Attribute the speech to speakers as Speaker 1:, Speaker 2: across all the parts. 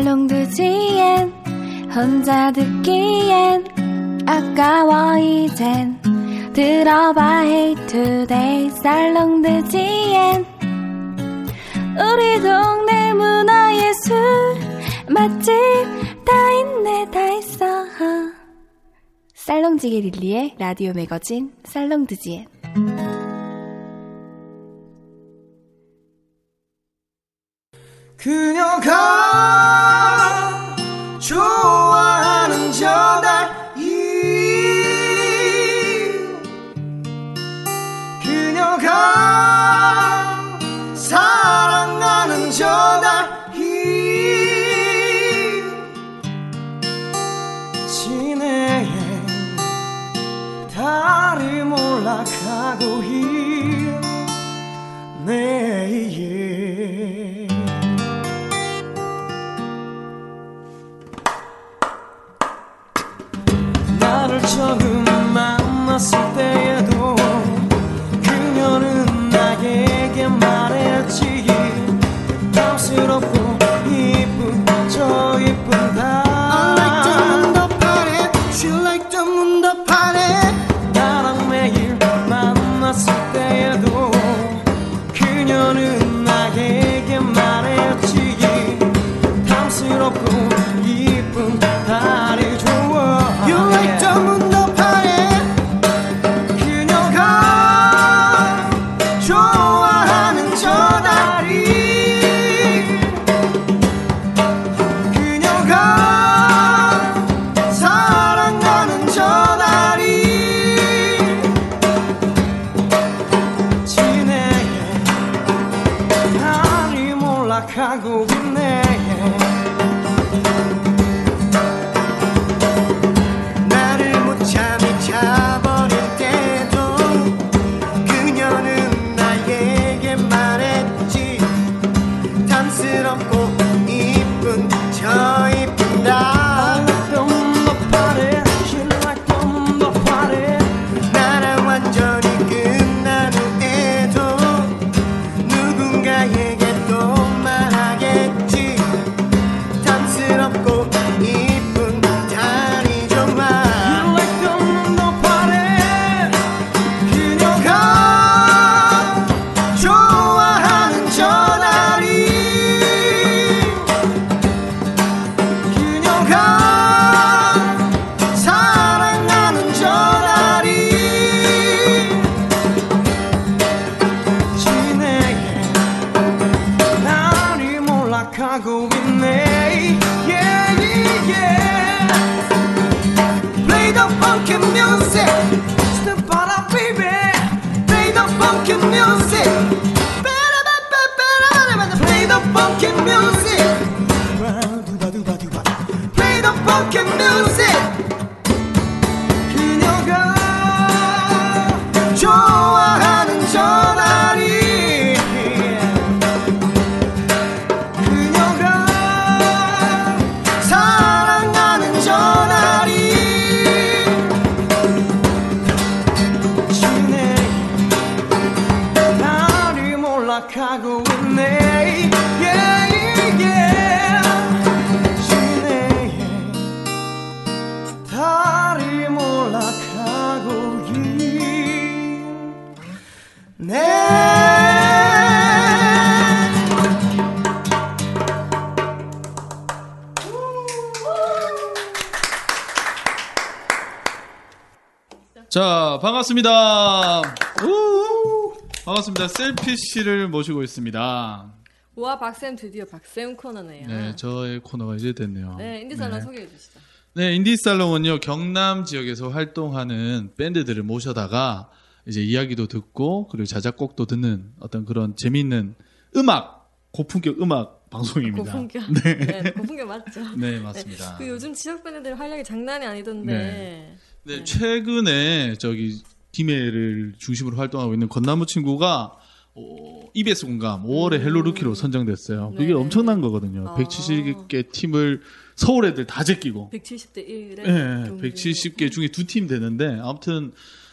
Speaker 1: 설렁두지엔 혼자 듣기엔 아까워 이젠 들어봐 Hey Today 설렁두지엔 우리 동네 문화예술 맛집 다 있네 다 있어 쌀렁지게 릴리의 라디오 매거진 쌀렁드지엔
Speaker 2: 그녀가 좋아하는 전달이 그녀가 사랑하는 전달이 진해에 달이 몰락하고 있네 나를 처음 만났을 때에도 그녀는 나에게 말했지 부담스럽고 이쁜 저 이쁜 다 나랑 매일 만났을 때에도 그녀는 나에게 말했지 부담스럽고 이쁜 다리 좋아 You like the mundo 그녀가 좋아하는 저 다리 그녀가 사랑하는 저 다리 지내에 달이 몰락하고 있네 나를 못 참이 차버릴 때도 그녀는 나에게 말했지 탐스럽고 이쁜 저 이쁜 나 나랑 완전히 끝난 후에도 누군가에게 또 말하겠지 탐스럽고 이쁜 다리 좀만 그녀가 좋아하는 저 날이 그녀가 사랑하는 저 날이 지내게 날이 몰락하고 있네 yeah, yeah, yeah. Play the funky music Step on up baby Play the funky music Ba-da-ba-ba-ba-da-ba-da-ba-da. Play the funky music 두바두바두바. Play the funky music 그녀가 좋아하는 전화리 그녀가 사랑하는 전화리 지내 나를 몰락하고 있네 yeah, yeah. 지내 달이 몰락하고 있네
Speaker 3: 자, 반갑습니다. 음, 우! 반갑습니다. 셀피 씨를 모시고 있습니다.
Speaker 4: 와 박쌤 드디어 박쌤 코너네요.
Speaker 3: 네, 저의 코너가 이제 됐네요.
Speaker 4: 아. 네, 인디살라
Speaker 3: 네.
Speaker 4: 소개해 주시죠.
Speaker 3: 네, 인디살롱은요, 경남 지역에서 활동하는 밴드들을 모셔다가, 이제 이야기도 듣고, 그리고 자작곡도 듣는 어떤 그런 재미있는 음악, 고품격 음악 방송입니다.
Speaker 4: 고품격.
Speaker 3: 네,
Speaker 4: 네, 고품격 맞죠.
Speaker 3: 네, 맞습니다.
Speaker 4: 그 요즘 지역 밴드들 활약이 장난이 아니던데.
Speaker 3: 네. 네, 최근에 저기 김해를 중심으로 활동하고 있는 건나무 친구가 어, EBS 공감 5월에 헬로루키로 선정됐어요. 그게
Speaker 4: 음. 네.
Speaker 3: 엄청난 거거든요.
Speaker 4: 아.
Speaker 3: 170개 팀을 서울 애들 다 제끼고.
Speaker 4: 170대 1에.
Speaker 3: 예, 170개 중에 두 팀 되는데 아무튼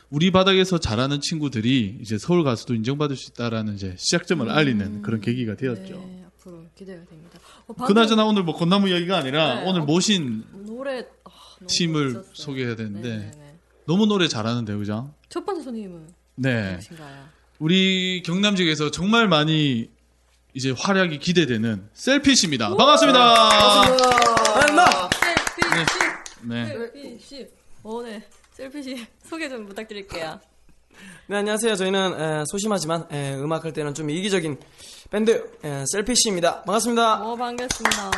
Speaker 3: 우리 바닥에서 잘하는 친구들이 이제 서울 가서도 인정받을 수 있다라는 이제 시작점을
Speaker 4: 음.
Speaker 3: 알리는 그런 계기가 되었죠.
Speaker 4: 네, 앞으로 기대가 됩니다. 어,
Speaker 3: 그나저나 오늘 뭐 건나무 이야기가 아니라
Speaker 4: 네.
Speaker 3: 오늘 모신
Speaker 4: 노래 아, 너무
Speaker 3: 팀을
Speaker 4: 멋있었어요.
Speaker 3: 소개해야 되는데.
Speaker 4: 네, 네, 네.
Speaker 3: 너무 노래 잘하는데 그죠?
Speaker 4: 첫 번째 손님은
Speaker 3: 네.
Speaker 4: 누구신가요?
Speaker 3: 우리 경남 지역에서 정말 많이 이제 활약이 기대되는 셀피씨입니다. 반갑습니다.
Speaker 2: 얼마?
Speaker 3: 네.
Speaker 4: 셀피 씨. 어, 네. 셀피 씨 소개 좀 부탁드릴게요.
Speaker 2: 네, 안녕하세요. 저희는 에, 소심하지만 에, 음악할 때는 좀 이기적인 밴드 에, 셀피쉬입니다. 반갑습니다.
Speaker 4: 어, 반갑습니다.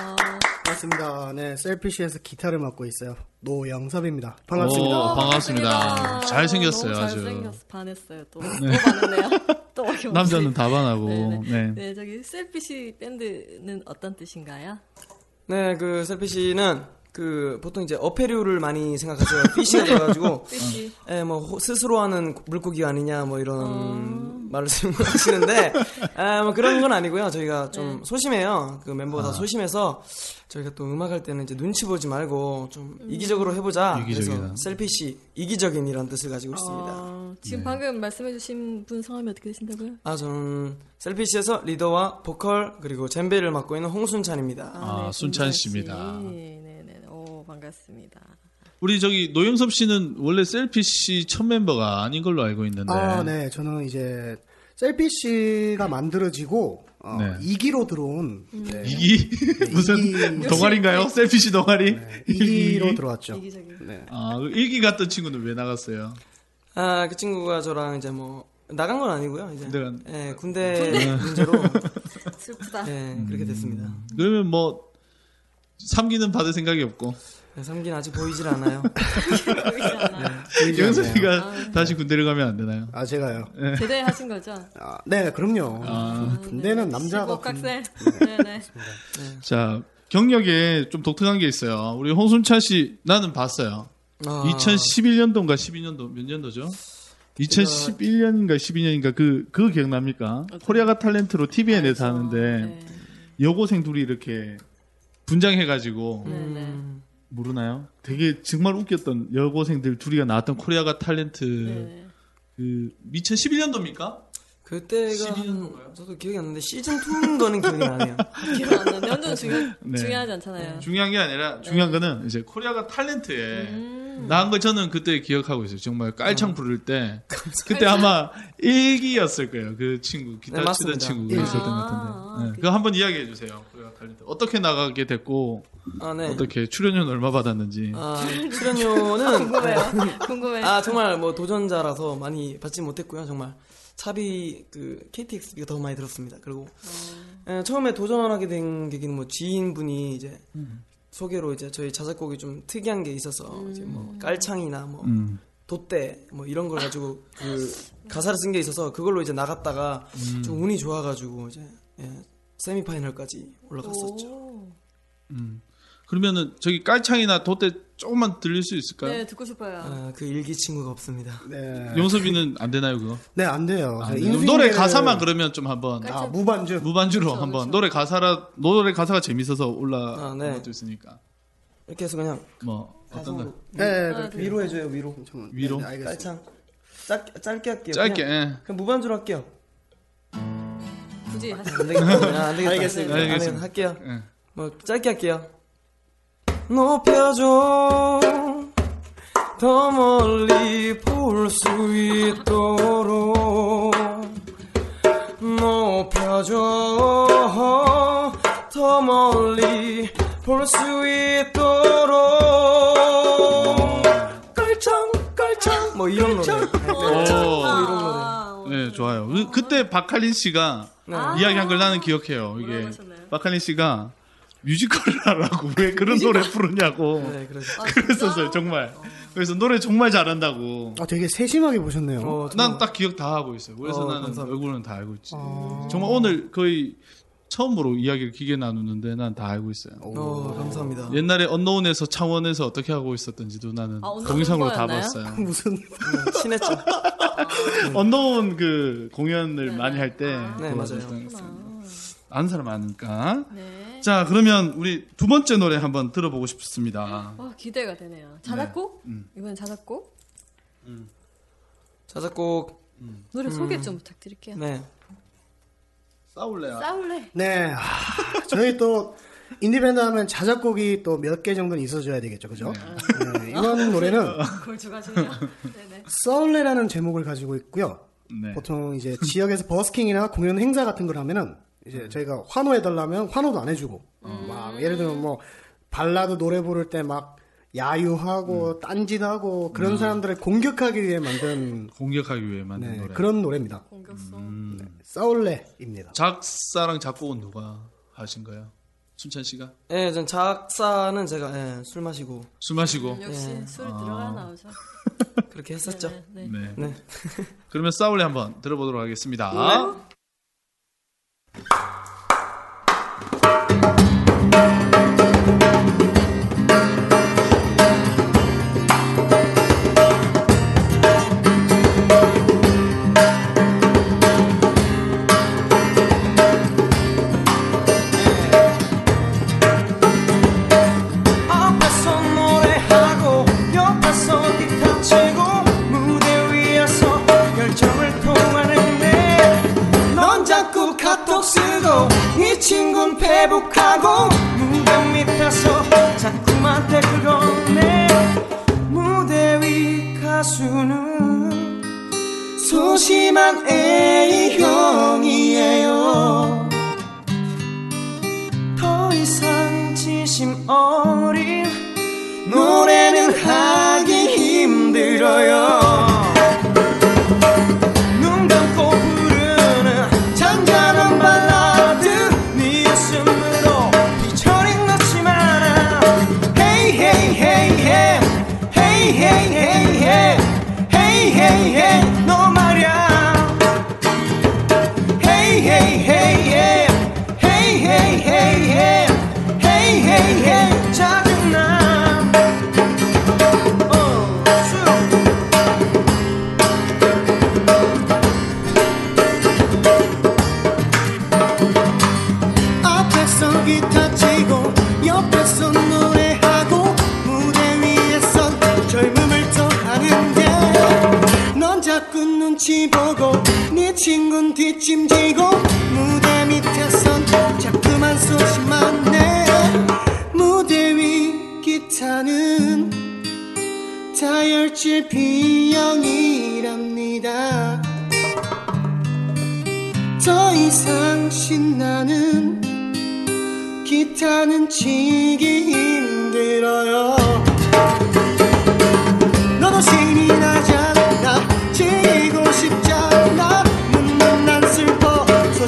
Speaker 5: 반갑습니다. 네, 셀피시에서 기타를 맡고 있어요. 노영섭입니다. 반갑습니다.
Speaker 3: 오, 어, 반갑습니다.
Speaker 4: 어, 반갑습니다.
Speaker 3: 잘생겼어요,
Speaker 4: 너무
Speaker 3: 아주. 네.
Speaker 4: 잘생겼어. 반했어요, 또. 또 반했네요. 또 어김없이.
Speaker 3: 남자는
Speaker 4: 네,
Speaker 3: 다반하고.
Speaker 4: 네.
Speaker 3: 네.
Speaker 4: 네, 저기 셀피시 밴드는 어떤 뜻인가요?
Speaker 2: 네, 그 셀피쉬는 그 보통 이제 어패류를 많이 생각하세요. 피쉬가 돼가지고
Speaker 4: 뜻이
Speaker 2: 에, 뭐 호- 스스로 하는 물고기 아니냐 뭐 이런 말을 생각하시는데 아, 뭐 그런 건 아니고요. 저희가 좀 소심해요. 그 멤버가
Speaker 3: 아.
Speaker 2: 다 소심해서 저희가 또 음악할 때는 이제 눈치 보지 말고 좀 이기적으로 해보자.
Speaker 3: 이기적이다.
Speaker 2: 그래서 셀피쉬 이기적인이란 뜻을 가지고 있습니다.
Speaker 4: 어,
Speaker 3: 네.
Speaker 4: 지금 방금 말씀해주신 분 성함이 어떻게 되신다고요?
Speaker 2: 아, 저는 셀피쉬에서 리더와 보컬 그리고 젬베를 맡고 있는 홍순찬입니다.
Speaker 3: 아, 순찬 씨입니다.
Speaker 4: 네, 네네네. 오 반갑습니다.
Speaker 3: 우리 저기 노영섭 씨는 원래 셀피씨 첫 멤버가 아닌 걸로 알고 있는데.
Speaker 5: 아, 네, 저는 이제 셀피시가 만들어지고 어,
Speaker 3: 네.
Speaker 5: 2기로 들어온 네,
Speaker 3: 이기? 무슨
Speaker 5: 이기. 네.
Speaker 3: 동아리인가요? 셀피씨 동아리?
Speaker 5: 2기로 들어왔죠.
Speaker 4: 이기적인.
Speaker 3: 아, 그 일기 갔던 친구는 왜 나갔어요?
Speaker 2: 아, 그 친구가 저랑 이제 뭐 나간 건 아니고요. 이제
Speaker 3: 나간-
Speaker 2: 예, 군대 문제로
Speaker 4: 슬프다.
Speaker 2: 예, 그렇게 됐습니다.
Speaker 3: 그러면 뭐, 삼기는 받을 생각이 없고.
Speaker 2: 네, 삼기는 아직 보이질 않아요.
Speaker 4: 보이지 않아요.
Speaker 5: 보이지 않네요.
Speaker 3: 영섭이가 다시 군대를 가면 안 되나요?
Speaker 5: 아, 제가요.
Speaker 3: 네.
Speaker 4: 제대하신 거죠?
Speaker 5: 아, 네, 그럼요.
Speaker 3: 아.
Speaker 5: 군대는 남자가
Speaker 4: 각생. 네네.
Speaker 3: 자, 경력에 좀 독특한 게 있어요. 우리 홍순찬 씨, 나는 봤어요.
Speaker 2: 아,
Speaker 3: 2011년도인가 12년도 몇 년도죠? 2011년인가 12년인가 그, 그 기억납니까? 코리아가 탤런트로 TVN에서 하는데 여고생 둘이 이렇게 분장해가지고
Speaker 4: 네네.
Speaker 3: 모르나요? 되게 정말 웃겼던 여고생들 둘이가 나왔던 코리아가 탤런트
Speaker 4: 네.
Speaker 3: 그 2011년도입니까?
Speaker 2: 그때가
Speaker 3: 12년도인가요?
Speaker 2: 한, 저도 기억이 안 나는데 시즌 2인 거는 기억이 나네요.
Speaker 4: 기억 안 나는데 완전 중요,
Speaker 3: 네.
Speaker 4: 중요하지 않잖아요.
Speaker 3: 중요한 게 아니라 중요한
Speaker 2: 네.
Speaker 3: 거는 이제 코리아가 탤런트에
Speaker 2: 음.
Speaker 3: 나온 거 저는 그때 기억하고 있어요. 정말 깔창 부를 때 그때 아마 일기였을 거예요. 그 친구 기타
Speaker 2: 네,
Speaker 3: 치던
Speaker 2: 맞습니다.
Speaker 3: 친구가
Speaker 2: 예.
Speaker 3: 있었던 것
Speaker 4: 아,
Speaker 3: 같은데 네.
Speaker 4: 그-
Speaker 3: 그거 한번 이야기해 주세요. 코리아 탤런트 어떻게 나가게 됐고
Speaker 2: 아, 네.
Speaker 3: 어떻게 출연료는 얼마 받았는지
Speaker 2: 아,
Speaker 3: 아,
Speaker 2: 출연료는
Speaker 4: 궁금해요. 궁금해요.
Speaker 2: 아 정말 뭐 도전자라서 많이 받지 못했고요. 정말 차비 그 KTX비가 더 많이 들었습니다. 그리고 에, 처음에 도전하게 된 계기는 뭐 지인분이 이제
Speaker 3: 음.
Speaker 2: 소개로 이제 저희 자작곡이 좀 특이한 게 있어서 이제 뭐 깔창이나 뭐
Speaker 3: 음.
Speaker 2: 돛대 뭐 이런 걸 가지고 그 가사를 쓴 게 있어서 그걸로 이제 나갔다가
Speaker 3: 음.
Speaker 2: 좀 운이 좋아가지고 이제 예, 세미파이널까지 올라갔었죠.
Speaker 4: 오.
Speaker 3: 그러면은 저기 깔창이나 돛대 조금만 들릴 수 있을까요?
Speaker 4: 네, 듣고 싶어요.
Speaker 2: 아, 그 일기 친구가 없습니다.
Speaker 5: 네.
Speaker 3: 용섭이는 안 되나요 그거?
Speaker 5: 네, 안 돼요.
Speaker 3: 아,
Speaker 5: 제가
Speaker 3: 네.
Speaker 5: 인수인계를-
Speaker 3: 노래 가사만 그러면 좀 한번
Speaker 5: 아, 무반주.
Speaker 3: 무반주로
Speaker 4: 그렇죠,
Speaker 3: 한번
Speaker 4: 그렇죠.
Speaker 3: 노래 가사라 노래 가사가 재밌어서 올라온
Speaker 2: 아, 네.
Speaker 3: 것도 있으니까
Speaker 2: 이렇게 해서 그냥
Speaker 3: 뭐 어떤 거
Speaker 5: 네, 네,
Speaker 2: 위로 해줘요 위로.
Speaker 5: 잠깐만.
Speaker 3: 위로?
Speaker 5: 네, 네, 알겠습니다.
Speaker 2: 깔창 짧, 짧게 할게요.
Speaker 3: 짧게
Speaker 2: 그냥.
Speaker 3: 예.
Speaker 2: 그럼 무반주로 할게요.
Speaker 3: 네. 아,
Speaker 4: 굳이 하시
Speaker 2: 안 되겠다. 아, 안 되겠다. 안
Speaker 3: 알겠습니다.
Speaker 2: 되겠다.
Speaker 3: 알겠습니다.
Speaker 2: 할게요.
Speaker 3: 예.
Speaker 2: 뭐 짧게 할게요. 높여줘 더 멀리 볼 수 있도록 높여줘 더 멀리 볼 수 있도록 깔창 깔창 뭐 이런 노래. 네,
Speaker 3: 오.
Speaker 2: 뭐 이런 노래.
Speaker 3: 좋아요. 그, 그때 박할린 씨가
Speaker 6: 네.
Speaker 3: 이야기한 걸 나는 기억해요.
Speaker 4: 아. 뭐라고
Speaker 3: 이게
Speaker 4: 하셨나요?
Speaker 3: 박할린 씨가 뮤지컬을 하라고 왜 그런 노래 부르냐고
Speaker 6: 네, 그래서
Speaker 4: 아,
Speaker 3: 그랬었어요.
Speaker 4: 진짜요?
Speaker 3: 정말. 그래서 노래 정말 잘한다고.
Speaker 5: 아, 되게 세심하게 보셨네요.
Speaker 6: 어,
Speaker 3: 난 딱 기억 다 하고 있어요. 그래서
Speaker 6: 어,
Speaker 3: 나는
Speaker 6: 감사합니다.
Speaker 3: 얼굴은 다 알고 있지.
Speaker 5: 아.
Speaker 3: 정말 오늘 거의 처음으로 이야기를 길게 나누는데 난 다 알고 있어요.
Speaker 6: 어, 감사합니다.
Speaker 3: 옛날에 언노운에서 창원에서 어떻게 하고 있었던지도 나는
Speaker 4: 아, 언노운
Speaker 3: 동영상으로 다
Speaker 4: 거였나요?
Speaker 3: 봤어요.
Speaker 5: 무슨
Speaker 6: 친했죠.
Speaker 3: 언더운 그 공연을 많이 할 때
Speaker 6: 네, 맞아요.
Speaker 3: 아는 사람 아니까.
Speaker 4: 네.
Speaker 3: 자, 그러면 우리 두 번째 노래 한번 들어보고 싶습니다.
Speaker 4: 와 아, 기대가 되네요. 자작곡?
Speaker 3: 음.
Speaker 4: 이번엔 자작곡?
Speaker 6: 자작곡.
Speaker 4: 노래 소개 좀 부탁드릴게요.
Speaker 6: 네.
Speaker 3: 싸울래요.
Speaker 4: 싸울래.
Speaker 5: 네. 아, 저희 또 인디밴드 하면 자작곡이 또 몇 개 정도는 있어줘야 되겠죠, 그죠? 네, 이번 노래는
Speaker 4: 그걸 주가시네요. 네네.
Speaker 5: 썰레라는 제목을 가지고 있고요.
Speaker 3: 네.
Speaker 5: 보통 이제 지역에서 버스킹이나 공연 행사 같은 걸 하면은 이제
Speaker 3: 네.
Speaker 5: 저희가 환호해달라면 환호도 안 해주고
Speaker 4: 음.
Speaker 5: 막 예를 들면 뭐 발라드 노래 부를 때 막
Speaker 3: 음.
Speaker 5: 야유하고 딴짓하고 그런 사람들을 공격하기 위해 만든
Speaker 3: 공격하기 위해 만든
Speaker 5: 네,
Speaker 3: 노래. 음.
Speaker 5: 그런 노래입니다. 네,
Speaker 4: 공격성.
Speaker 5: 싸울레입니다.
Speaker 3: 작사랑 작곡은 누가 하신 거예요? 순찬 씨가?
Speaker 6: 예, 전 작사는 제가 예, 술 마시고
Speaker 3: 술 마시고.
Speaker 4: 역시 술 들어가 나오죠.
Speaker 6: 그렇게 했었죠.
Speaker 4: 네.
Speaker 3: 네.
Speaker 6: 네.
Speaker 3: 그러면 싸울래 한번 들어보도록 하겠습니다.
Speaker 2: 앞에서 노래하고 옆에서 기타 치고 무대 위에서 열정을 통하는데 넌 자꾸 카톡 쓰고 이 친구는 페북하고 무대 밑에서 자꾸만 댓글 건네 무대 위 가수는 소심한 A형이에요 더 이상 진심 어린 노래는 하기 힘들어요 눈 감고 부르는 잔잔한 발라드 네 웃음으로 비철인 넣지만 Hey hey hey hey Hey hey hey hey Hey hey hey 너 말야 Hey hey hey yeah Hey hey hey yeah Hey hey hey 작은 나 어, 수. 앞에서 기타 치고 옆에서 노래하고 무대 위에서 젊음을 떠하는데 넌 자꾸 눈치 보고 네 친구는 뒷짐지고 무대 밑에선 자꾸만 소심한 내 무대 위 기타는 다혈질 B형이랍니다 더 이상 신나는 기타는 치기 힘들어요 너도 신이 나잖아 치고 싶잖아 묻는 난 슬퍼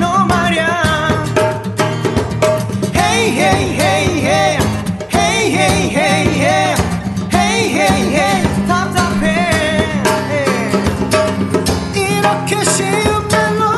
Speaker 2: 너 말야 Hey hey hey hey Hey hey hey hey Hey hey hey 답답해 이렇게 쉬운 멜로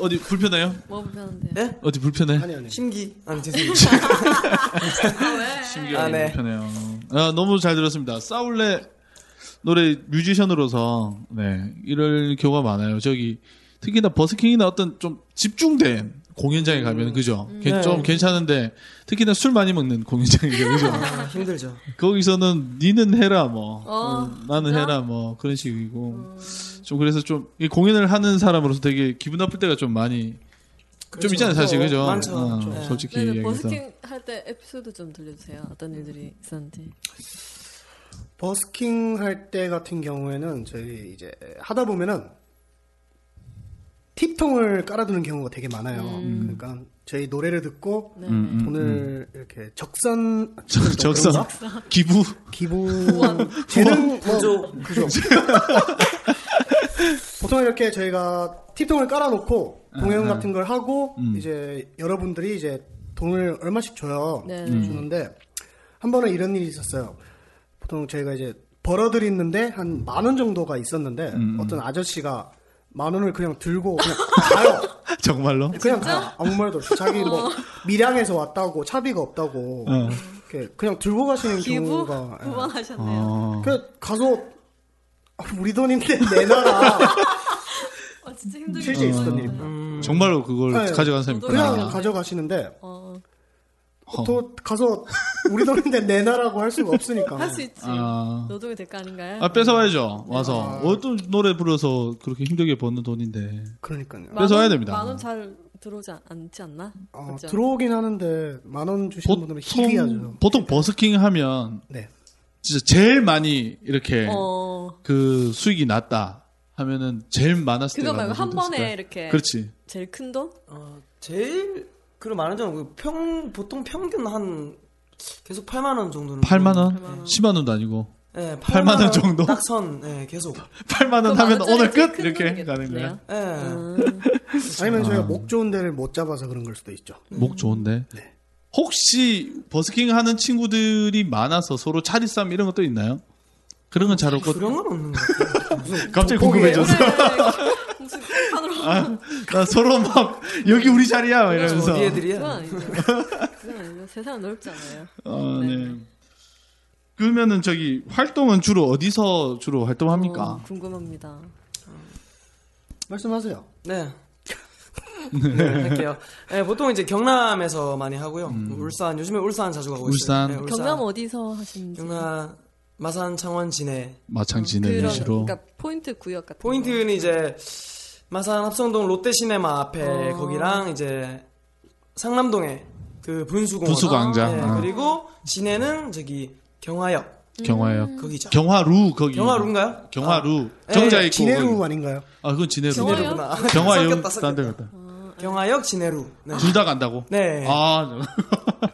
Speaker 3: 어디 불편해요?
Speaker 4: 뭐 불편한데?
Speaker 6: 네?
Speaker 3: 어디 불편해?
Speaker 5: 아니 아니.
Speaker 6: 심기 아니 죄송해요
Speaker 4: 아, 왜?
Speaker 3: 심기가
Speaker 6: 아, 네.
Speaker 3: 불편해요. 아, 너무 잘 들었습니다. 싸울래 노래 뮤지션으로서 네 이럴 경우가 많아요. 저기 특히나 버스킹이나 어떤 좀 집중된 공연장에 가면 그죠? 괜- 좀 괜찮은데 특히나 술 많이 먹는 공연장이죠, 그죠?
Speaker 6: 아, 힘들죠
Speaker 3: 거기서는 니는 해라 뭐
Speaker 4: 어,
Speaker 3: 음, 나는
Speaker 4: 진짜?
Speaker 3: 해라 뭐 그런 식이고 좀 그래서 좀이 공연을 하는 사람으로서 되게 기분 나쁠 때가 좀 많이 좀 있잖아요 사실 그죠?
Speaker 6: 많죠
Speaker 3: 어,
Speaker 6: 네.
Speaker 3: 솔직히
Speaker 4: 네, 네,
Speaker 3: 얘기해서 음.
Speaker 4: 버스킹 할 때 에피소드 좀 들려주세요. 어떤 일들이 있었는지.
Speaker 5: 버스킹 할 때 같은 경우에는 저희 이제 하다 보면은 팁통을 깔아두는 경우가 되게 많아요. 그러니까 저희 노래를 듣고
Speaker 4: 네.
Speaker 5: 오늘 이렇게 적선
Speaker 3: 적- 적성 기부
Speaker 5: 기부 재능 뭐, 구조 구조 보통 이렇게 저희가 팁통을 깔아놓고 공연 같은 걸 하고 이제 여러분들이 이제 돈을 얼마씩 줘요
Speaker 4: 네.
Speaker 5: 주는데 한 번은 이런 일이 있었어요 보통 저희가 이제 벌어들이는데 한 만 원 정도가 있었는데 어떤 아저씨가 만 원을 그냥 들고 그냥 가요
Speaker 3: 정말로
Speaker 5: 그냥 가 아무 말도 없이 자기 뭐 밀양에서 왔다고 차비가 없다고
Speaker 3: 어.
Speaker 5: 이렇게 그냥 들고 가시는
Speaker 4: 기부
Speaker 5: 경우가
Speaker 3: 아.
Speaker 5: 예.
Speaker 3: 어.
Speaker 4: 구원하셨네요.
Speaker 5: 그 가서 아, 우리 돈인데 내놔라
Speaker 4: 아, 진짜 힘들게.
Speaker 5: 실제 있었던 일입니다.
Speaker 4: 음.
Speaker 3: 정말로 어. 음. 그걸
Speaker 5: 네.
Speaker 3: 가져간 사람이
Speaker 5: 그냥
Speaker 3: 있구나.
Speaker 5: 가져가시는데
Speaker 4: 어,
Speaker 5: 또 가서 우리 돈인데 내놔라고 할 수가 없으니까
Speaker 4: 할 수 있지.
Speaker 3: 아,
Speaker 4: 노동의 대가 아닌가요?
Speaker 3: 아 뺏어와야죠. 와서
Speaker 5: 아.
Speaker 3: 어떤 노래 불러서 그렇게 힘들게 버는 돈인데
Speaker 5: 그러니까요
Speaker 4: 만 원-
Speaker 3: 뺏어와야 됩니다.
Speaker 4: 만원 잘 들어오지 않- 않지 않나?
Speaker 5: 아,
Speaker 4: 그죠?
Speaker 5: 들어오긴 하는데 만 원 주시는 분들은 희귀하죠
Speaker 3: 보통 보통 버스킹 하면
Speaker 5: 네.
Speaker 3: 진짜 제일 많이 이렇게
Speaker 4: 어,
Speaker 3: 그 수익이 났다 하면은 제일 많았을 때
Speaker 4: 그거 말고
Speaker 3: 가는
Speaker 4: 한
Speaker 3: 정도 있을까요?
Speaker 4: 번에 이렇게
Speaker 3: 그렇지
Speaker 4: 제일 큰 돈?
Speaker 6: 어, 제일 그럼 많은 점은 평 보통 평균 한 계속 8만 원 정도는
Speaker 3: 8만 원, 10만 원도 아니고
Speaker 6: 네,
Speaker 3: 8만 원 정도?
Speaker 6: 딱선 네, 계속
Speaker 3: 8만 원
Speaker 4: 그럼
Speaker 3: 하면
Speaker 4: 만원짜리
Speaker 3: 오늘
Speaker 4: 제일
Speaker 3: 끝
Speaker 4: 큰
Speaker 3: 이렇게
Speaker 4: 돈이겠네요. 음.
Speaker 3: 가는 아. 거야.
Speaker 6: 예.
Speaker 5: 아니면 저희가 목 좋은 데를 못 잡아서 그런 걸 수도 있죠
Speaker 4: 네.
Speaker 3: 목
Speaker 5: 음.
Speaker 3: 좋은데.
Speaker 5: 네.
Speaker 3: 혹시 버스킹 하는 친구들이 많아서 서로 차리싸움 이런 것도 있나요? 그런 건 잘 없고
Speaker 6: 그런 건 없는 것 같아요.
Speaker 3: 갑자기
Speaker 5: 족보기예요?
Speaker 3: 궁금해졌어.
Speaker 4: 그래. 무슨 판으로
Speaker 3: 나 아, 서로 막 여기 우리 자리야 막 이러면서.
Speaker 6: 어디 애들이야?
Speaker 4: 그건 아니죠. 그건 아니죠. 세상은 넓잖아요.
Speaker 3: 어,
Speaker 4: 네.
Speaker 3: 네. 그러면은 저기 활동은 주로 어디서 주로 활동합니까?
Speaker 4: 어, 궁금합니다.
Speaker 5: 말씀하세요
Speaker 3: 뭐,
Speaker 6: 네. 네, 할게요. 네, 보통 이제 경남에서 많이 하고요. 울산, 요즘에 울산 자주 가고
Speaker 3: 음. 울산.
Speaker 6: 있어요. 네, 울산.
Speaker 4: 경남 어디서 하시는지.
Speaker 6: 경남, 마산, 창원, 진해.
Speaker 3: 마창진의
Speaker 4: 음, 그런,
Speaker 3: 내시로.
Speaker 4: 그러니까 포인트 구역 같은 거.
Speaker 6: 포인트는 이제 마산 합성동 롯데시네마 앞에
Speaker 4: 어.
Speaker 6: 거기랑 이제 상남동에 그 분수공원.
Speaker 3: 분수광장.
Speaker 6: 네,
Speaker 3: 아.
Speaker 6: 그리고 진해는 저기 경화역
Speaker 4: 음.
Speaker 3: 경화역.
Speaker 6: 거기죠.
Speaker 3: 경화루 거기.
Speaker 6: 경화루인가요?
Speaker 3: 경화루.
Speaker 6: 아.
Speaker 3: 정자
Speaker 6: 네,
Speaker 3: 있고.
Speaker 5: 진해루
Speaker 3: 거기.
Speaker 5: 아닌가요?
Speaker 3: 아 그건 진해루.
Speaker 4: 경화역?
Speaker 3: 경화역.
Speaker 6: 섞였다,
Speaker 3: 딴데
Speaker 6: 섞였다.
Speaker 3: 갔다.
Speaker 4: 음.
Speaker 6: 경화역 진해루. 네.
Speaker 3: 둘 다 간다고.
Speaker 6: 네.
Speaker 3: 아.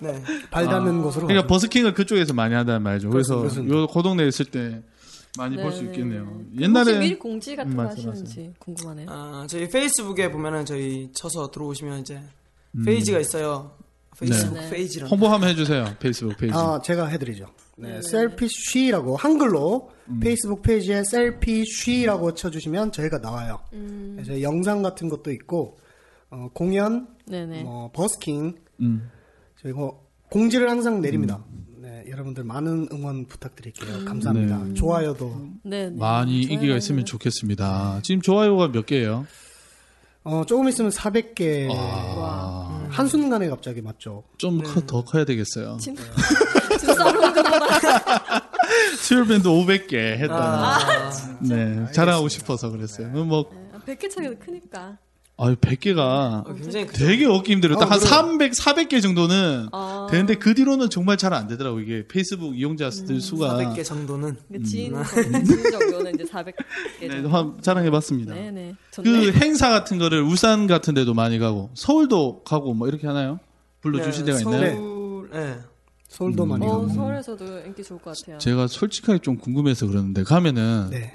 Speaker 6: 네.
Speaker 5: 발 닿는 곳으로
Speaker 3: 그러니까
Speaker 5: 가죠.
Speaker 3: 버스킹을 그쪽에서 많이 한다는 말이죠. 그래서
Speaker 5: 그렇습니다.
Speaker 3: 요 고동네 에 있을 때 많이 볼 수 있겠네요.
Speaker 4: 혹시
Speaker 3: 옛날에
Speaker 4: 미리 공지 같은
Speaker 3: 음,
Speaker 4: 거
Speaker 3: 말씀,
Speaker 4: 하시는지 궁금하네요.
Speaker 6: 아, 저희 페이스북에 보면은 저희 쳐서 들어오시면 이제
Speaker 3: 음.
Speaker 6: 페이지가 있어요. 페이스북
Speaker 4: 네.
Speaker 6: 페이지랑.
Speaker 3: 홍보 한번 해주세요. 페이스북 페이지.
Speaker 5: 아 제가 해드리죠 네, 셀피쉬라고 한글로
Speaker 3: 음.
Speaker 5: 페이스북 페이지에 셀피쉬라고 쳐주시면 저희가 나와요
Speaker 4: 음.
Speaker 5: 그래서 영상 같은 것도 있고 어, 공연
Speaker 4: 네네.
Speaker 5: 뭐 버스킹
Speaker 3: 음.
Speaker 5: 저희가 뭐, 공지를 항상 내립니다. 네, 여러분들 많은 응원 부탁드릴게요. 감사합니다.
Speaker 3: 네.
Speaker 5: 좋아요도
Speaker 4: 네네.
Speaker 3: 많이
Speaker 6: 음,
Speaker 4: 저희가
Speaker 3: 인기가 있으면 좋겠습니다. 지금 좋아요가 몇 개예요?
Speaker 5: 어, 조금 있으면 400개
Speaker 3: 아.
Speaker 5: 음, 한 순간에 갑자기 맞죠.
Speaker 6: 네.
Speaker 3: 좀 더 커야 되겠어요.
Speaker 4: 진- 진짜로
Speaker 3: 수요일 밴드 500개 했다.
Speaker 6: 아, 네.
Speaker 3: 네, 자랑하고 싶어서 그랬어요. 뭐,
Speaker 4: 아, 100개 차이가 크니까.
Speaker 3: 아유, 100개가
Speaker 6: 어, 굉장히
Speaker 2: 그
Speaker 6: 크죠.
Speaker 3: 되게 얻기 힘들었다.
Speaker 6: 어,
Speaker 3: 한 300, 400개 정도는
Speaker 6: 아.
Speaker 3: 되는데 그 뒤로는 정말 잘 안 되더라고. 이게 페이스북 이용자들
Speaker 6: 음,
Speaker 3: 수가.
Speaker 6: 400개 정도는
Speaker 3: 음.
Speaker 4: 그 지인 정- 지인 정도는 이제 400개
Speaker 3: 네,
Speaker 4: 정도.
Speaker 3: 한번 자랑해봤습니다.
Speaker 4: 네네.
Speaker 3: 그
Speaker 4: 좋네.
Speaker 3: 행사 같은 거를 울산 같은 데도 많이 가고, 서울도 가고 뭐 이렇게 하나요?
Speaker 2: 네,
Speaker 3: 불러주신 데가 있나요?
Speaker 6: 네, 서울, 네.
Speaker 5: 서울도
Speaker 3: 음.
Speaker 5: 많이 가고.
Speaker 4: 어, 서울에서도 인기 좋을 것 같아요.
Speaker 3: 제가 솔직하게 좀 궁금해서 그러는데, 가면은
Speaker 5: 네.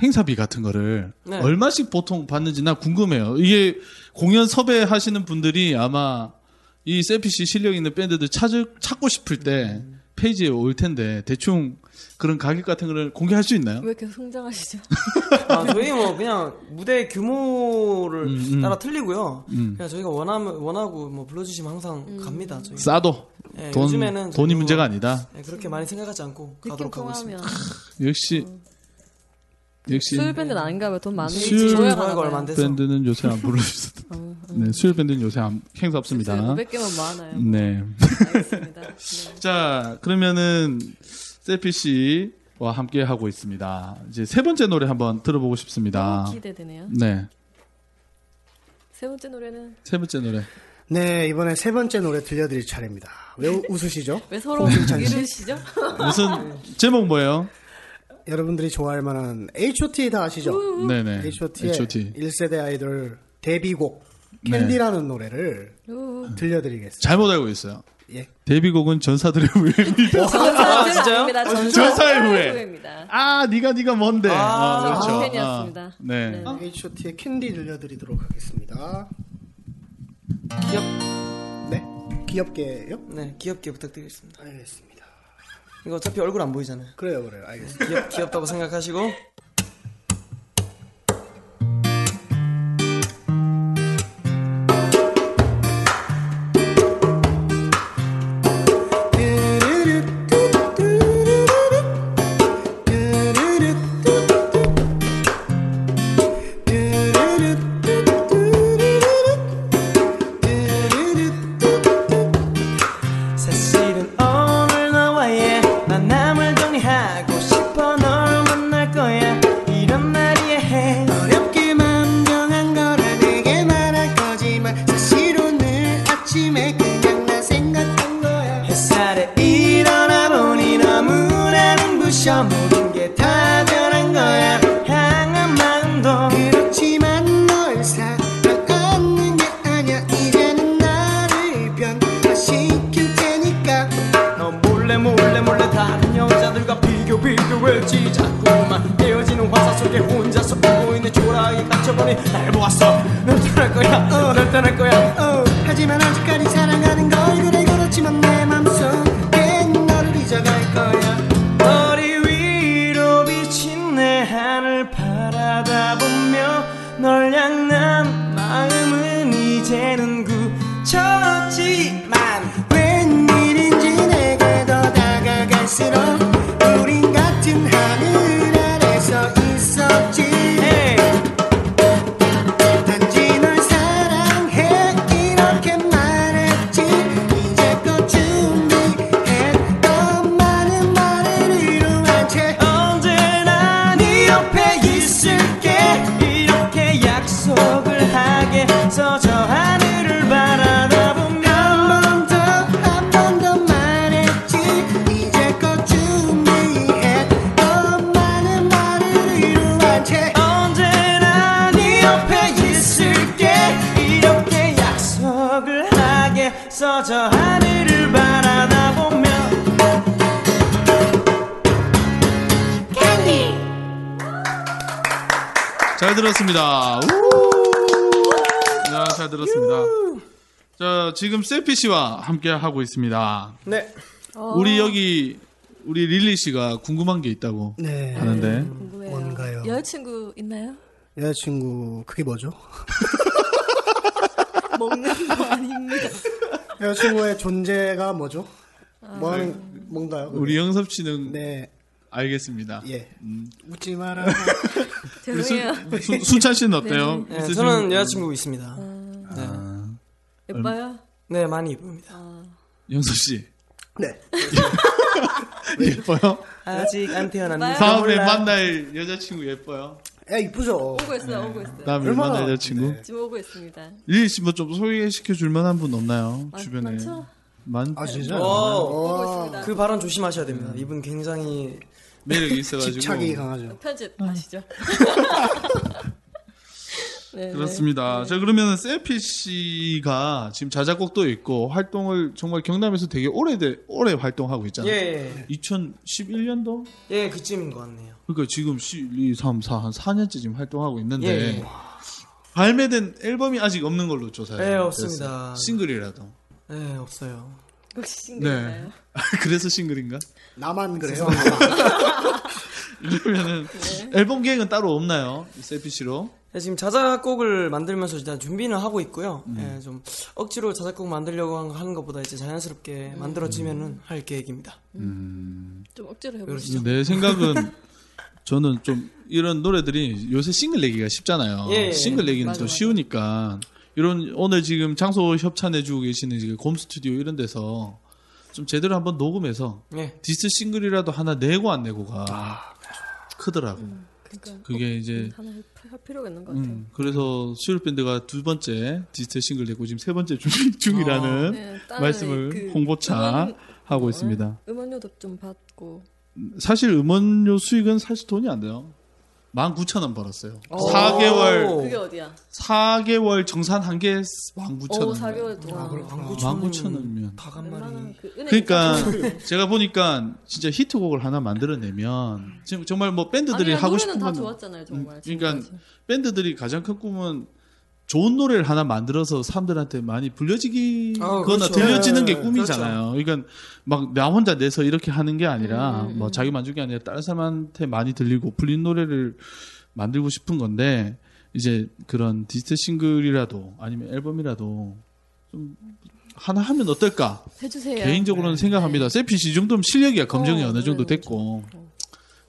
Speaker 3: 행사비 같은 거를
Speaker 6: 네.
Speaker 3: 얼마씩 보통 받는지 나 궁금해요. 이게 공연
Speaker 2: 음.
Speaker 3: 섭외하시는 분들이 아마 이 셀피시 실력 있는 밴드들 찾을, 찾고 싶을 때 페이지에 올 텐데 대충 그런 가격 같은 거를 공개할 수 있나요?
Speaker 4: 왜 계속 성장하시죠?
Speaker 2: 아, 저희 뭐 그냥 무대 규모를
Speaker 3: 음, 음.
Speaker 2: 따라 틀리고요.
Speaker 3: 음.
Speaker 2: 그냥 저희가 원하면 원하고 뭐 불러주시면 항상
Speaker 4: 음.
Speaker 2: 갑니다. 저희.
Speaker 3: 싸도
Speaker 2: 예,
Speaker 3: 돈
Speaker 2: 요즘에는
Speaker 3: 돈이
Speaker 2: 저희도
Speaker 3: 문제가 아니다.
Speaker 2: 예, 그렇게 많이 생각하지 않고
Speaker 4: 느낌
Speaker 2: 가도록 하고
Speaker 4: 통하면
Speaker 3: 아,
Speaker 2: 있습니다.
Speaker 3: 역시
Speaker 2: 음.
Speaker 3: 역시
Speaker 4: 수요일 밴드는 아닌가 봐요. 돈 많은데
Speaker 3: 수요일
Speaker 2: 저희가 얼마 안 돼서 어,
Speaker 3: 밴드는 요새 안 불러주셨다. 네, 수요일 밴드는 요새 안, 행사 없습니다.
Speaker 4: 네, 500개만 많아요.
Speaker 3: 네.
Speaker 4: 알겠습니다. 네.
Speaker 3: 자, 그러면은 셀피 씨와 함께 하고 있습니다. 이제 세 번째 노래 한번 들어보고 싶습니다.
Speaker 4: 너무 기대되네요.
Speaker 3: 네.
Speaker 4: 세 번째 노래는
Speaker 3: 세 번째 노래.
Speaker 5: 네, 이번에 세 번째 노래 들려드릴 차례입니다. 왜 우- 웃으시죠?
Speaker 4: 왜
Speaker 3: 어,
Speaker 4: 서로 이러시죠?
Speaker 3: 무슨 제목 뭐예요?
Speaker 5: 여러분들이 좋아할 만한 H.O.T 다
Speaker 4: 음.
Speaker 5: 아시죠?
Speaker 3: 네, 네.
Speaker 5: H.O.T의
Speaker 3: H.O.T.
Speaker 5: 1세대 아이돌 데뷔곡
Speaker 3: 네.
Speaker 5: 캔디라는 노래를
Speaker 4: 우.
Speaker 5: 들려드리겠습니다.
Speaker 3: 잘못 알고 있어요.
Speaker 5: 예.
Speaker 3: 데뷔곡은 전사들의 후예입니다.
Speaker 4: 전사의
Speaker 2: 진짜요?
Speaker 4: 후예입니다.
Speaker 3: 아, 전사의 후예.
Speaker 4: 후예입니다.
Speaker 3: 아, 네가 네가 뭔데?
Speaker 2: 아,
Speaker 3: 어, 그렇죠.
Speaker 4: 아, 팬이었습니다.
Speaker 3: 아, 네.
Speaker 4: 네.
Speaker 5: H.O.T의 캔디 들려드리도록 하겠습니다.
Speaker 2: 기업
Speaker 5: 네, 귀엽게요?
Speaker 2: 네 귀엽게 부탁드리겠습니다.
Speaker 5: 알겠습니다.
Speaker 2: 이거 어차피 얼굴 안 보이잖아요.
Speaker 5: 그래요, 그래요. 알겠습니다.
Speaker 2: 귀엽 귀엽다고 생각하시고 사실은 오늘 너와의 만남을 정리하고 싶어 널 만날 거야 이런 말이야 해
Speaker 7: 어렵게만 정한 거라 내게 말할 거지만 사실 오늘 아침에 그냥 나 생각한 거야
Speaker 2: 햇살에 일어나 보니 너무나 눈부셔 모든 게 다 변한 거야 향한 마음도
Speaker 7: 그렇지만 널 사랑하는 게 아니야 이제는 나를 변화시킬
Speaker 4: 그러니까.
Speaker 7: 테니까
Speaker 2: 너 몰래 몰래 몰래 다른 여자들과 비교 비교했지 자꾸만 헤어지는 화사 속에 혼자서 보고 있는 초라하게 갇혀버린 날 보았어 널 떠날 거야 어, 널 떠날 거야
Speaker 7: 어, 하지만 아직까지 사랑하는 걸 그래 그렇지만 내 맘속엔 너를 잊어갈 거야
Speaker 2: 머리 위로 비친 내 하늘 바라다 보며 널 향한 마음은 이제는 굳혔지만
Speaker 7: 웬일인지 내게 더 다가갈수록 우린 같은 하늘 아래서 있었지 단지 널 사랑해 이렇게 말했지 이제껏 준비했던 많은 말을 위로한 채
Speaker 2: 언제나 네 옆에 있을게 이렇게 약속을 하게 서저 하늘을 바라다 보면
Speaker 7: 한 번 더 한 번 더 말했지 이제껏 준비했던 많은 말을 위로한 채
Speaker 2: 언제나 네 옆에 있을게 이렇게 약속을 하게 서저 하늘을 바라다 보면
Speaker 3: 잘 들었습니다. 우! 야, 잘 들었습니다. 자, 지금 셀피 씨와 함께 하고 있습니다.
Speaker 2: 네
Speaker 5: 아.
Speaker 3: 우리 여기 우리 릴리 씨가 궁금한 게 있다고
Speaker 5: 네.
Speaker 3: 하는데
Speaker 4: 궁금해요.
Speaker 5: 뭔가요?
Speaker 4: 여자친구 있나요?
Speaker 5: 여자친구 그게 뭐죠?
Speaker 4: 먹는 거 아닙니다.
Speaker 5: 여자친구의 존재가 뭐죠?
Speaker 4: 아.
Speaker 5: 뭐 하는 뭔가요?
Speaker 3: 우리 음. 영섭 씨는
Speaker 5: 네,
Speaker 3: 알겠습니다.
Speaker 5: 예. 웃지 마라.
Speaker 4: 죄송해요.
Speaker 5: 예.
Speaker 3: 수, 순찬 씨는 어때요?
Speaker 5: 네.
Speaker 3: 있으신-
Speaker 2: 네, 저는 여자친구 있습니다 네,
Speaker 4: 예뻐요?
Speaker 2: 네 많이 이쁩니다
Speaker 3: 영섭 씨
Speaker 5: 네.
Speaker 3: 예뻐요.
Speaker 2: 아직 안 태어났는데
Speaker 3: 다음에 만날 여자친구 예뻐요.
Speaker 5: 야 이쁘죠.
Speaker 4: 오고 있어요.
Speaker 3: 네.
Speaker 4: 오고 있어요.
Speaker 3: 다음에
Speaker 5: 얼마나-
Speaker 3: 만날 여자친구
Speaker 5: 네.
Speaker 4: 지금 오고 있습니다. 아,
Speaker 3: 릴리 씨 뭐 좀 소개시켜 줄 만한 분 없나요? 주변에
Speaker 4: 많죠?
Speaker 3: 많 어,
Speaker 5: 아 진짜.
Speaker 2: 오,
Speaker 4: 오고 있습니다.
Speaker 2: 그 발언 조심하셔야 됩니다
Speaker 3: 음.
Speaker 2: 이분 굉장히
Speaker 3: 매력이 있어가지고
Speaker 5: 집착이 강하죠.
Speaker 4: 편집
Speaker 3: 음.
Speaker 4: 아시죠? 네,
Speaker 3: 그렇습니다. 자 그러면 셀피 씨가 지금 자작곡도 있고 활동을 정말 경남에서 되게 오래돼 오래 활동하고 있잖아요.
Speaker 2: 예예
Speaker 3: 2011년도?
Speaker 2: 예, 그쯤인 것 같네요
Speaker 3: 그러니까 지금 1 2, 3, 4, 한 4년째 지금 활동하고 있는데
Speaker 2: 예, 예.
Speaker 3: 발매된 앨범이 아직
Speaker 6: 네,
Speaker 2: 네,
Speaker 3: 없는 걸로 조사해요.
Speaker 2: 예, 없습니다.
Speaker 3: 싱글이라도.
Speaker 2: 네 없어요
Speaker 4: 네. 혹시 신기해요?
Speaker 3: 그래서 싱글인가?
Speaker 5: 나만 그래요.
Speaker 3: 그러면은 앨범 계획은 따로 없나요? 셀피시로
Speaker 6: 네, 지금 자작곡을 만들면서 일단 준비는 하고 있고요. 예, 좀 억지로 자작곡 만들려고 한- 하는 것보다 이제 자연스럽게 만들어지면은 할 계획입니다.
Speaker 4: 좀 억지로
Speaker 6: 그러시죠.
Speaker 4: 해보시죠.
Speaker 3: 내 생각은 저는 좀 이런 노래들이 요새 싱글 내기가 쉽잖아요.
Speaker 6: 예, 예.
Speaker 3: 싱글 내기는
Speaker 4: 맞아,
Speaker 3: 또
Speaker 4: 맞아.
Speaker 3: 쉬우니까 이런 오늘 지금 장소 협찬해주고 계시는 지금 곰 스튜디오 이런 데서 좀 제대로 한번 녹음해서
Speaker 6: 예.
Speaker 3: 디스 싱글이라도 하나 내고 안 내고가 크더라고.
Speaker 4: 그러니까
Speaker 3: 그게 이제
Speaker 4: 하나 할- 할 필요가 있는 것 같아요.
Speaker 3: 음, 그래서 시울 밴드가 두 번째 디지털 싱글 내고 지금 세 번째 준비 중이라는
Speaker 4: 네, 다른
Speaker 3: 말씀을
Speaker 4: 그
Speaker 3: 홍보차
Speaker 4: 음원- 어?
Speaker 3: 하고 있습니다.
Speaker 4: 음원료도 좀 받고
Speaker 3: 사실 음원료 수익은 사실 돈이 안 돼요. 19,000원 벌었어요.
Speaker 6: 오.
Speaker 3: 4개월
Speaker 4: 그게 어디야? 어,
Speaker 3: 4개월 정산 한 개
Speaker 4: 오
Speaker 3: 19,000원.
Speaker 4: 4개월
Speaker 6: 아,
Speaker 5: 아,
Speaker 4: 동안
Speaker 3: 원이면
Speaker 6: 다
Speaker 4: 웬만하면
Speaker 6: 간만에.
Speaker 4: 아, 그 은행
Speaker 3: 그러니까
Speaker 4: 이자
Speaker 3: 제가 보니까 진짜 히트곡을 하나 만들어내면 지금 정말 뭐 밴드들이
Speaker 4: 아니야,
Speaker 3: 하고
Speaker 4: 노래는
Speaker 3: 싶은
Speaker 4: 다
Speaker 3: 건
Speaker 4: 좋았잖아요 정말
Speaker 3: 음, 그러니까
Speaker 4: 지금까지.
Speaker 3: 밴드들이 가장 큰 꿈은 좋은 노래를 하나 만들어서 사람들한테 많이 불려지거나
Speaker 6: 아, 그렇죠.
Speaker 3: 들려지는 게
Speaker 5: 네,
Speaker 3: 꿈이잖아요. 그러니까 막 나 혼자 내서 이렇게 하는 게 아니라
Speaker 4: 음, 음,
Speaker 3: 뭐
Speaker 4: 음.
Speaker 3: 자기 만족이 아니라 다른 사람한테 많이 들리고 불린 노래를 만들고 싶은 건데 이제 그런 디지털 싱글이라도 아니면 앨범이라도 좀 하나 하면 어떨까?
Speaker 4: 해주세요
Speaker 3: 개인적으로는 생각합니다. 세피 씨 정도면 실력이야 검증이
Speaker 4: 네. 어,
Speaker 3: 어, 느 정도
Speaker 4: 네,
Speaker 3: 됐고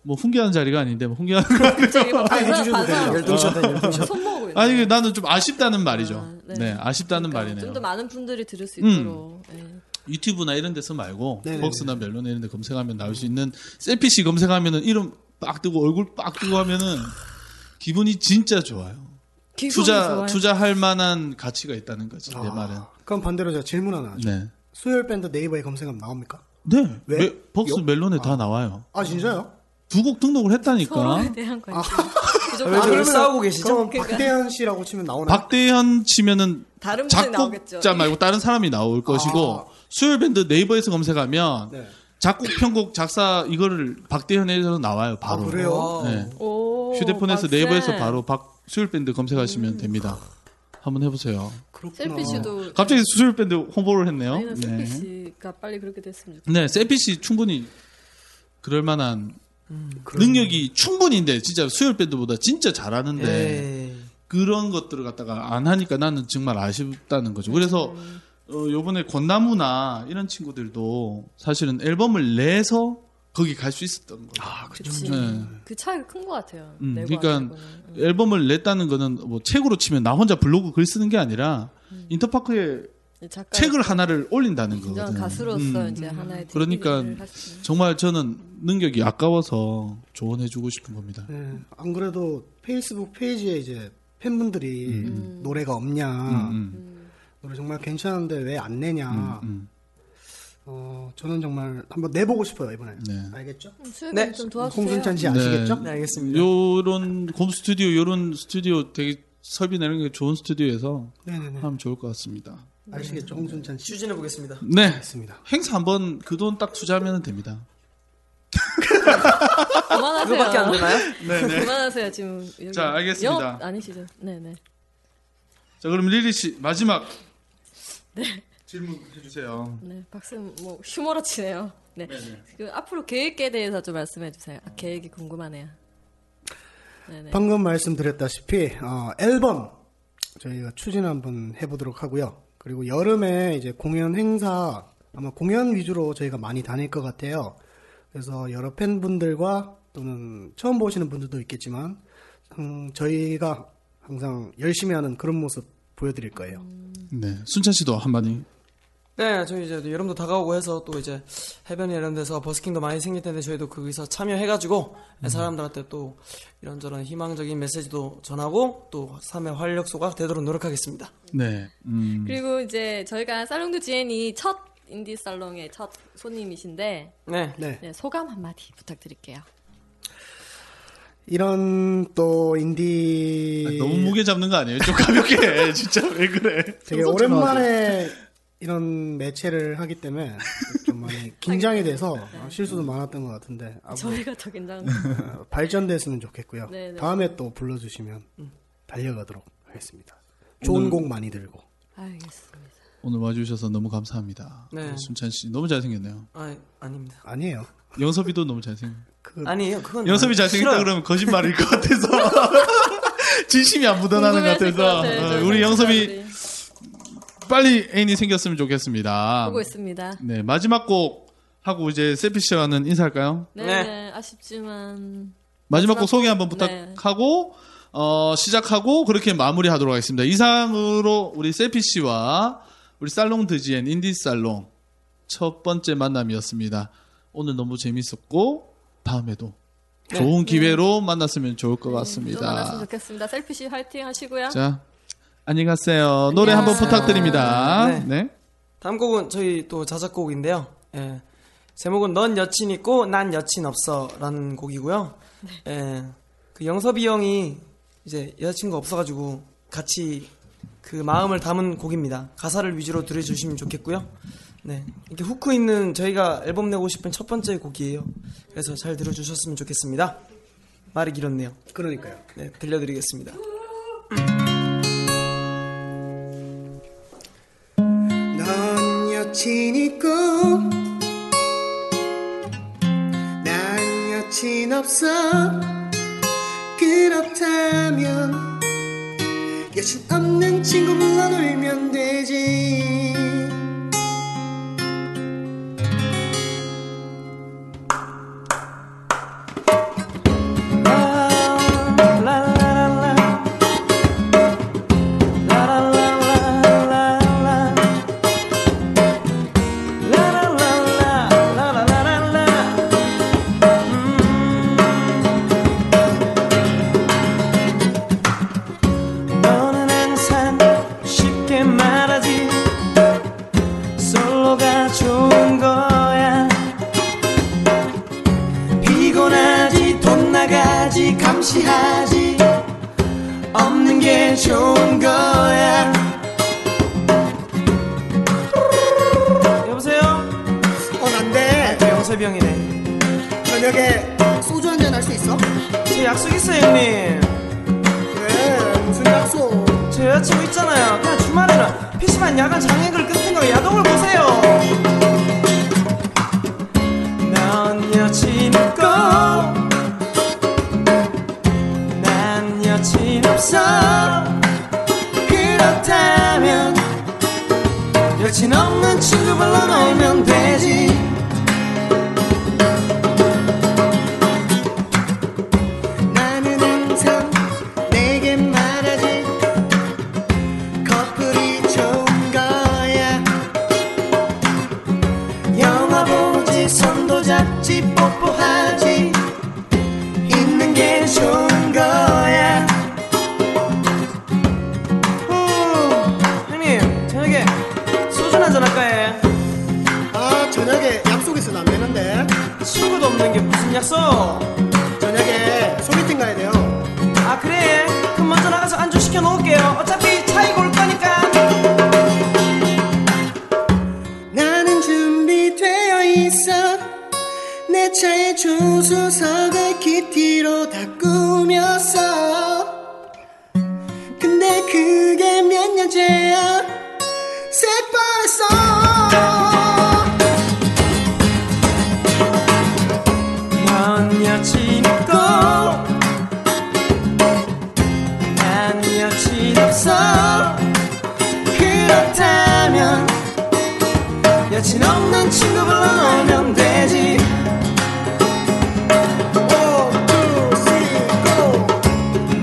Speaker 3: 뭐 훈계하는 자리가 아닌데 뭐 훈계하는
Speaker 4: 갑자기 막
Speaker 5: 아,
Speaker 4: 반사-
Speaker 5: 해주셔도 돼요.
Speaker 4: 반사-
Speaker 5: 열등샷 열등샷.
Speaker 4: 손 모으고 있네.
Speaker 3: 아니 그 나는 좀 아쉽다는 말이죠.
Speaker 4: 아,
Speaker 3: 네.
Speaker 4: 네.
Speaker 3: 아쉽다는 말이네요.
Speaker 4: 좀더 많은 분들이 들을 수
Speaker 3: 음.
Speaker 4: 있도록 예.
Speaker 3: 유튜브나 이런 데서 말고
Speaker 5: 네네네.
Speaker 3: 벅스나 멜론 이런 데 검색하면 나올 수 있는 셀피시 검색하면은 이름 빡 뜨고 얼굴 빡 뜨고 하면은 기분이 진짜 좋아요.
Speaker 4: 기분이
Speaker 3: 투자
Speaker 4: 좋아요.
Speaker 3: 투자할 만한 가치가 있다는 거지 내
Speaker 5: 아,
Speaker 3: 말은.
Speaker 5: 그럼 반대로 제가 질문 하나 하죠.
Speaker 3: 네.
Speaker 5: 수요일 밴드 네이버에 검색하면 나옵니까?
Speaker 3: 네.
Speaker 5: 왜?
Speaker 3: 메- 벅스
Speaker 5: 요-
Speaker 3: 멜론에 다 나와요.
Speaker 5: 아 진짜요?
Speaker 3: 두 곡 등록을 했다니까.
Speaker 4: 서로에 대한 관심 그 정도
Speaker 6: 왜 저를
Speaker 5: 아. 그러면-
Speaker 6: 싸우고 계시죠?
Speaker 5: 그럼 박대현 씨라고 치면 나오나요?
Speaker 3: 박대현 치면은
Speaker 4: 다른 분이 나오겠죠 아.
Speaker 3: 작곡자 말고 다른 사람이 나올 것이고 수요일 밴드 네이버에서 검색하면
Speaker 5: 네.
Speaker 3: 작곡 편곡 작사 이거를 박대현에서 나와요
Speaker 5: 아
Speaker 3: 바로.
Speaker 5: 그래요?
Speaker 3: 네.
Speaker 4: 오, 음.
Speaker 3: 휴대폰에서
Speaker 4: 박쌤.
Speaker 3: 네이버에서 바로 박 수요일 밴드 검색하시면 됩니다. 한번 해보세요.
Speaker 5: 그렇구나.
Speaker 4: 셀피 씨도
Speaker 3: 갑자기 수요일 밴드 홍보를 했네요.
Speaker 4: 아니나 셀피
Speaker 3: 네.
Speaker 4: 씨가 빨리 그렇게 됐으면 좋겠어요
Speaker 3: 네, 세피 씨 충분히 그럴 만한
Speaker 4: 음,
Speaker 3: 능력이 충분인데 진짜 수요일 밴드보다 진짜 잘하는데
Speaker 6: 예.
Speaker 3: 그런 것들을 갖다가 안 하니까 나는 정말 아쉽다는 거죠. 그래서 어, 요번에 권나무나 이런 친구들도 사실은 앨범을 내서 거기 갈 수 있었던 거죠.
Speaker 4: 아.
Speaker 5: 아,
Speaker 4: 그치
Speaker 3: 네.
Speaker 4: 그 차이가 큰 것 같아요
Speaker 3: 음,
Speaker 4: 내고 안
Speaker 3: 그러니까
Speaker 4: 내고는. 음.
Speaker 3: 앨범을 냈다는 거는 뭐 책으로 치면 나 혼자 블로그 글 쓰는 게 아니라
Speaker 4: 음.
Speaker 3: 인터파크에
Speaker 4: 작가
Speaker 3: 책을 하나를 올린다는 거거든.
Speaker 4: 진정한 그러니까 가수로서
Speaker 3: 음.
Speaker 4: 이제 하나의
Speaker 3: 그러니까
Speaker 4: 데뷔를 할수 있는.
Speaker 3: 정말 저는 능력이 아까워서 조언해주고 싶은 겁니다.
Speaker 5: 네. 안 그래도 페이스북 페이지에 이제 팬분들이 노래가 없냐,
Speaker 3: 음,
Speaker 5: 노래 정말 괜찮은데 왜 안 내냐.
Speaker 3: 음.
Speaker 5: 어, 저는 정말 한번 내보고 싶어요 이번에.
Speaker 3: 네.
Speaker 5: 알겠죠?
Speaker 4: 음, 수요일
Speaker 6: 네.
Speaker 4: 좀 도와주세요
Speaker 5: 홍순찬 씨 아시겠죠?
Speaker 6: 네, 알겠습니다.
Speaker 3: 요런 곰 스튜디오, 요런 스튜디오 되게 설비 내는 게 좋은 스튜디오에서
Speaker 5: 네네네.
Speaker 3: 하면 좋을 것 같습니다.
Speaker 5: 아시겠죠? 홍순찬 씨.
Speaker 6: 추진해 보겠습니다.
Speaker 3: 네.
Speaker 5: 알겠습니다.
Speaker 3: 행사 한번 그 돈 딱 투자하면 됩니다.
Speaker 4: 그만하세요
Speaker 6: 그거밖에 안 되나요?
Speaker 4: 그만하세요 지금 여기
Speaker 3: 네, 자, 알겠습니다.
Speaker 4: 영업 아니시죠? 네네
Speaker 3: 자, 그럼 릴리 씨 마지막 질문 해주세요.
Speaker 4: 네 박쌤 뭐 휴머러 치네요 네. 그 앞으로 계획에 대해서 좀 말씀해 주세요 아, 계획이 궁금하네요 네네
Speaker 5: 방금 말씀드렸다시피 어, 앨범 저희가 추진 한번 해보도록 하고요. 그리고 여름에 이제 공연 행사 아마 공연 위주로 저희가 많이 다닐 것 같아요. 그래서 여러 팬분들과 또는 처음 보시는 분들도 있겠지만 음, 저희가 항상 열심히 하는 그런 모습 보여드릴 거예요.
Speaker 3: 네. 순찬 씨도 한마디.
Speaker 6: 네, 저희 이제 여름도 다가오고 해서 또 이제 해변 이런 데서 버스킹도 많이 생길 텐데 저희도 그 거기서 참여해가지고
Speaker 3: 음.
Speaker 6: 사람들한테 또 이런저런 희망적인 메시지도 전하고 또 삶의 활력소가 되도록 노력하겠습니다.
Speaker 3: 네. 음.
Speaker 4: 그리고 이제 저희가 살롱드 지엔이 첫 인디 살롱의 첫 손님이신데
Speaker 6: 네.
Speaker 5: 네.
Speaker 4: 네, 소감 한마디 부탁드릴게요
Speaker 5: 이런 또 인디
Speaker 3: 아니, 너무 무게 잡는 거 아니에요? 좀 가볍게 해. 진짜 왜 그래?
Speaker 5: 되게 오랜만에 이런 매체를 하기 때문에 좀 많이 긴장이 돼서
Speaker 4: 음.
Speaker 5: 실수도 많았던 것 같은데 아, 뭐,
Speaker 4: 저희가 더 긴장
Speaker 5: 어, 발전됐으면 좋겠고요.
Speaker 4: 네, 음. 네.
Speaker 5: 다음에 또
Speaker 4: 음.
Speaker 5: 불러주시면 달려가도록 하겠습니다. 좋은 곡 많이 들고
Speaker 4: 알겠습니다
Speaker 3: 오늘 와주셔서 너무 감사합니다.
Speaker 2: 네.
Speaker 3: 순찬 씨 너무 잘생겼네요.
Speaker 2: 아, 아닙니다.
Speaker 5: 아니에요.
Speaker 3: 영섭이도 너무 잘생.
Speaker 2: 아니에요. 그건
Speaker 3: 영섭이 잘생겼다
Speaker 2: 싫어요.
Speaker 3: 그러면 거짓말일 것 같아서 진심이 안 묻어나는 것
Speaker 4: 궁금해하실
Speaker 3: 같아서
Speaker 4: 것 같아요, 네,
Speaker 3: 어,
Speaker 4: 저희
Speaker 3: 우리 영섭이
Speaker 4: 청취자들이.
Speaker 3: 빨리 애인이 생겼으면 좋겠습니다.
Speaker 4: 보고 있습니다.
Speaker 3: 네 마지막 곡 하고 이제 세피 씨와는 인사할까요?
Speaker 4: 네,
Speaker 2: 네.
Speaker 4: 네, 아쉽지만
Speaker 3: 마지막
Speaker 4: 마지막
Speaker 3: 곡 소개 한번
Speaker 4: 곡,
Speaker 3: 부탁하고 어, 시작하고 그렇게 마무리하도록 하겠습니다. 이상으로 우리 세피 씨와 우리 살롱 드지엔 인디 살롱 첫 번째 만남이었습니다. 오늘 너무 재밌었고 다음에도 좋은 기회로 만났으면 네. 좋을 것
Speaker 4: 또 만났으면
Speaker 3: 같습니다.
Speaker 4: 좋겠습니다. 셀피시 화이팅 하시고요.
Speaker 3: 자, 안녕히 가세요. 노래 한번 부탁드립니다.
Speaker 2: 네.
Speaker 3: 네.
Speaker 2: 다음 곡은 저희 또 자작곡인데요. 예. 제목은 넌 여친 있고 난 여친 없어라는 곡이고요. 예. 그 영섭이 형이 이제 여자친구 없어가지고 같이 그 마음을 담은 곡입니다. 가사를 위주로 들어주시면 좋겠고요. 네. 이렇게 후크 있는 저희가 앨범 내고 싶은 첫 번째 곡이에요. 그래서 잘 들어주셨으면 좋겠습니다. 말이 길었네요.
Speaker 5: 그러니까요.
Speaker 2: 네, 들려드리겠습니다.
Speaker 5: 넌 여친 있고 난 여친 없어 그렇다면 여친 없는 친구 불러놀면 되지
Speaker 2: 너는 항상 쉽게 말하지 솔로가 좋은 거야 피곤하지 돈 나가지 감시하지 없는 게 좋은 거야 여보세요? 네,
Speaker 5: 어 난데
Speaker 2: 저 영섭이 형이네
Speaker 5: 저녁에 소주 한잔 할 수 있어?
Speaker 2: 저 약속 있어요 형님
Speaker 5: 그래 무슨 약속
Speaker 2: 저 여자친구 있잖아요 그냥 주말에는 PC방 야간 장애글 끊는 거 야동을 보세요 넌 여친 있고 난 여친 없어 그렇다면 여친 없는 친구 불러놓으면 되지
Speaker 5: 나는 항상 내게 말하지 커플이 좋은 거야 영화 보지 손도 잡지 뽀뽀하지 있는 게 좋은 거야
Speaker 2: 오, 형님 저녁에 소주 한잔 할까요?
Speaker 5: 아 저녁에 약속 있으면 안 되는데
Speaker 2: 친구도 없는 게 무슨 약속
Speaker 5: 저녁에 소개팅 가야 돼요
Speaker 2: 아 그래? 그럼 먼저 나가서 안주 시켜 놓을게요 어차피 차이고 올 거니까
Speaker 5: 나는 준비되어 있어 내 차에 조수석을 기티로 다 꾸몄어 근데 그게 몇 년째야 새빨았어
Speaker 2: 넌 여친 있고 난 여친 없어 그렇다면 여친 없는 친구 불러오면 되지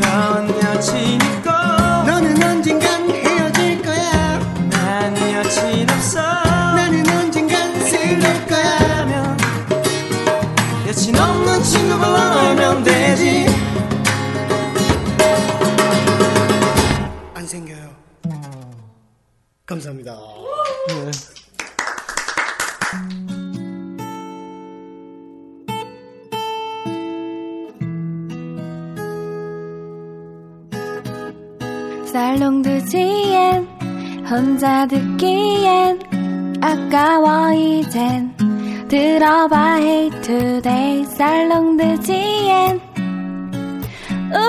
Speaker 2: 넌 여친 있고
Speaker 5: 너는 언젠간 헤어질 거야
Speaker 2: 난 여친 없어
Speaker 5: 나는 언젠간 슬릴 거야
Speaker 2: 하면 여친 없는 친구 불러오면 되지
Speaker 5: 안 생겨요 감사합니다
Speaker 1: 살롱드지엔 혼자 듣기엔 아까워 이젠 들어봐 Hey Today 살롱드지엔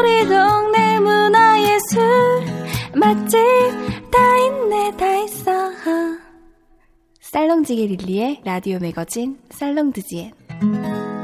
Speaker 1: 우리 동네 문화예술 맛집 다
Speaker 8: 다 있네 다 있어 살롱지게 릴리의 라디오 매거진 살롱드지엔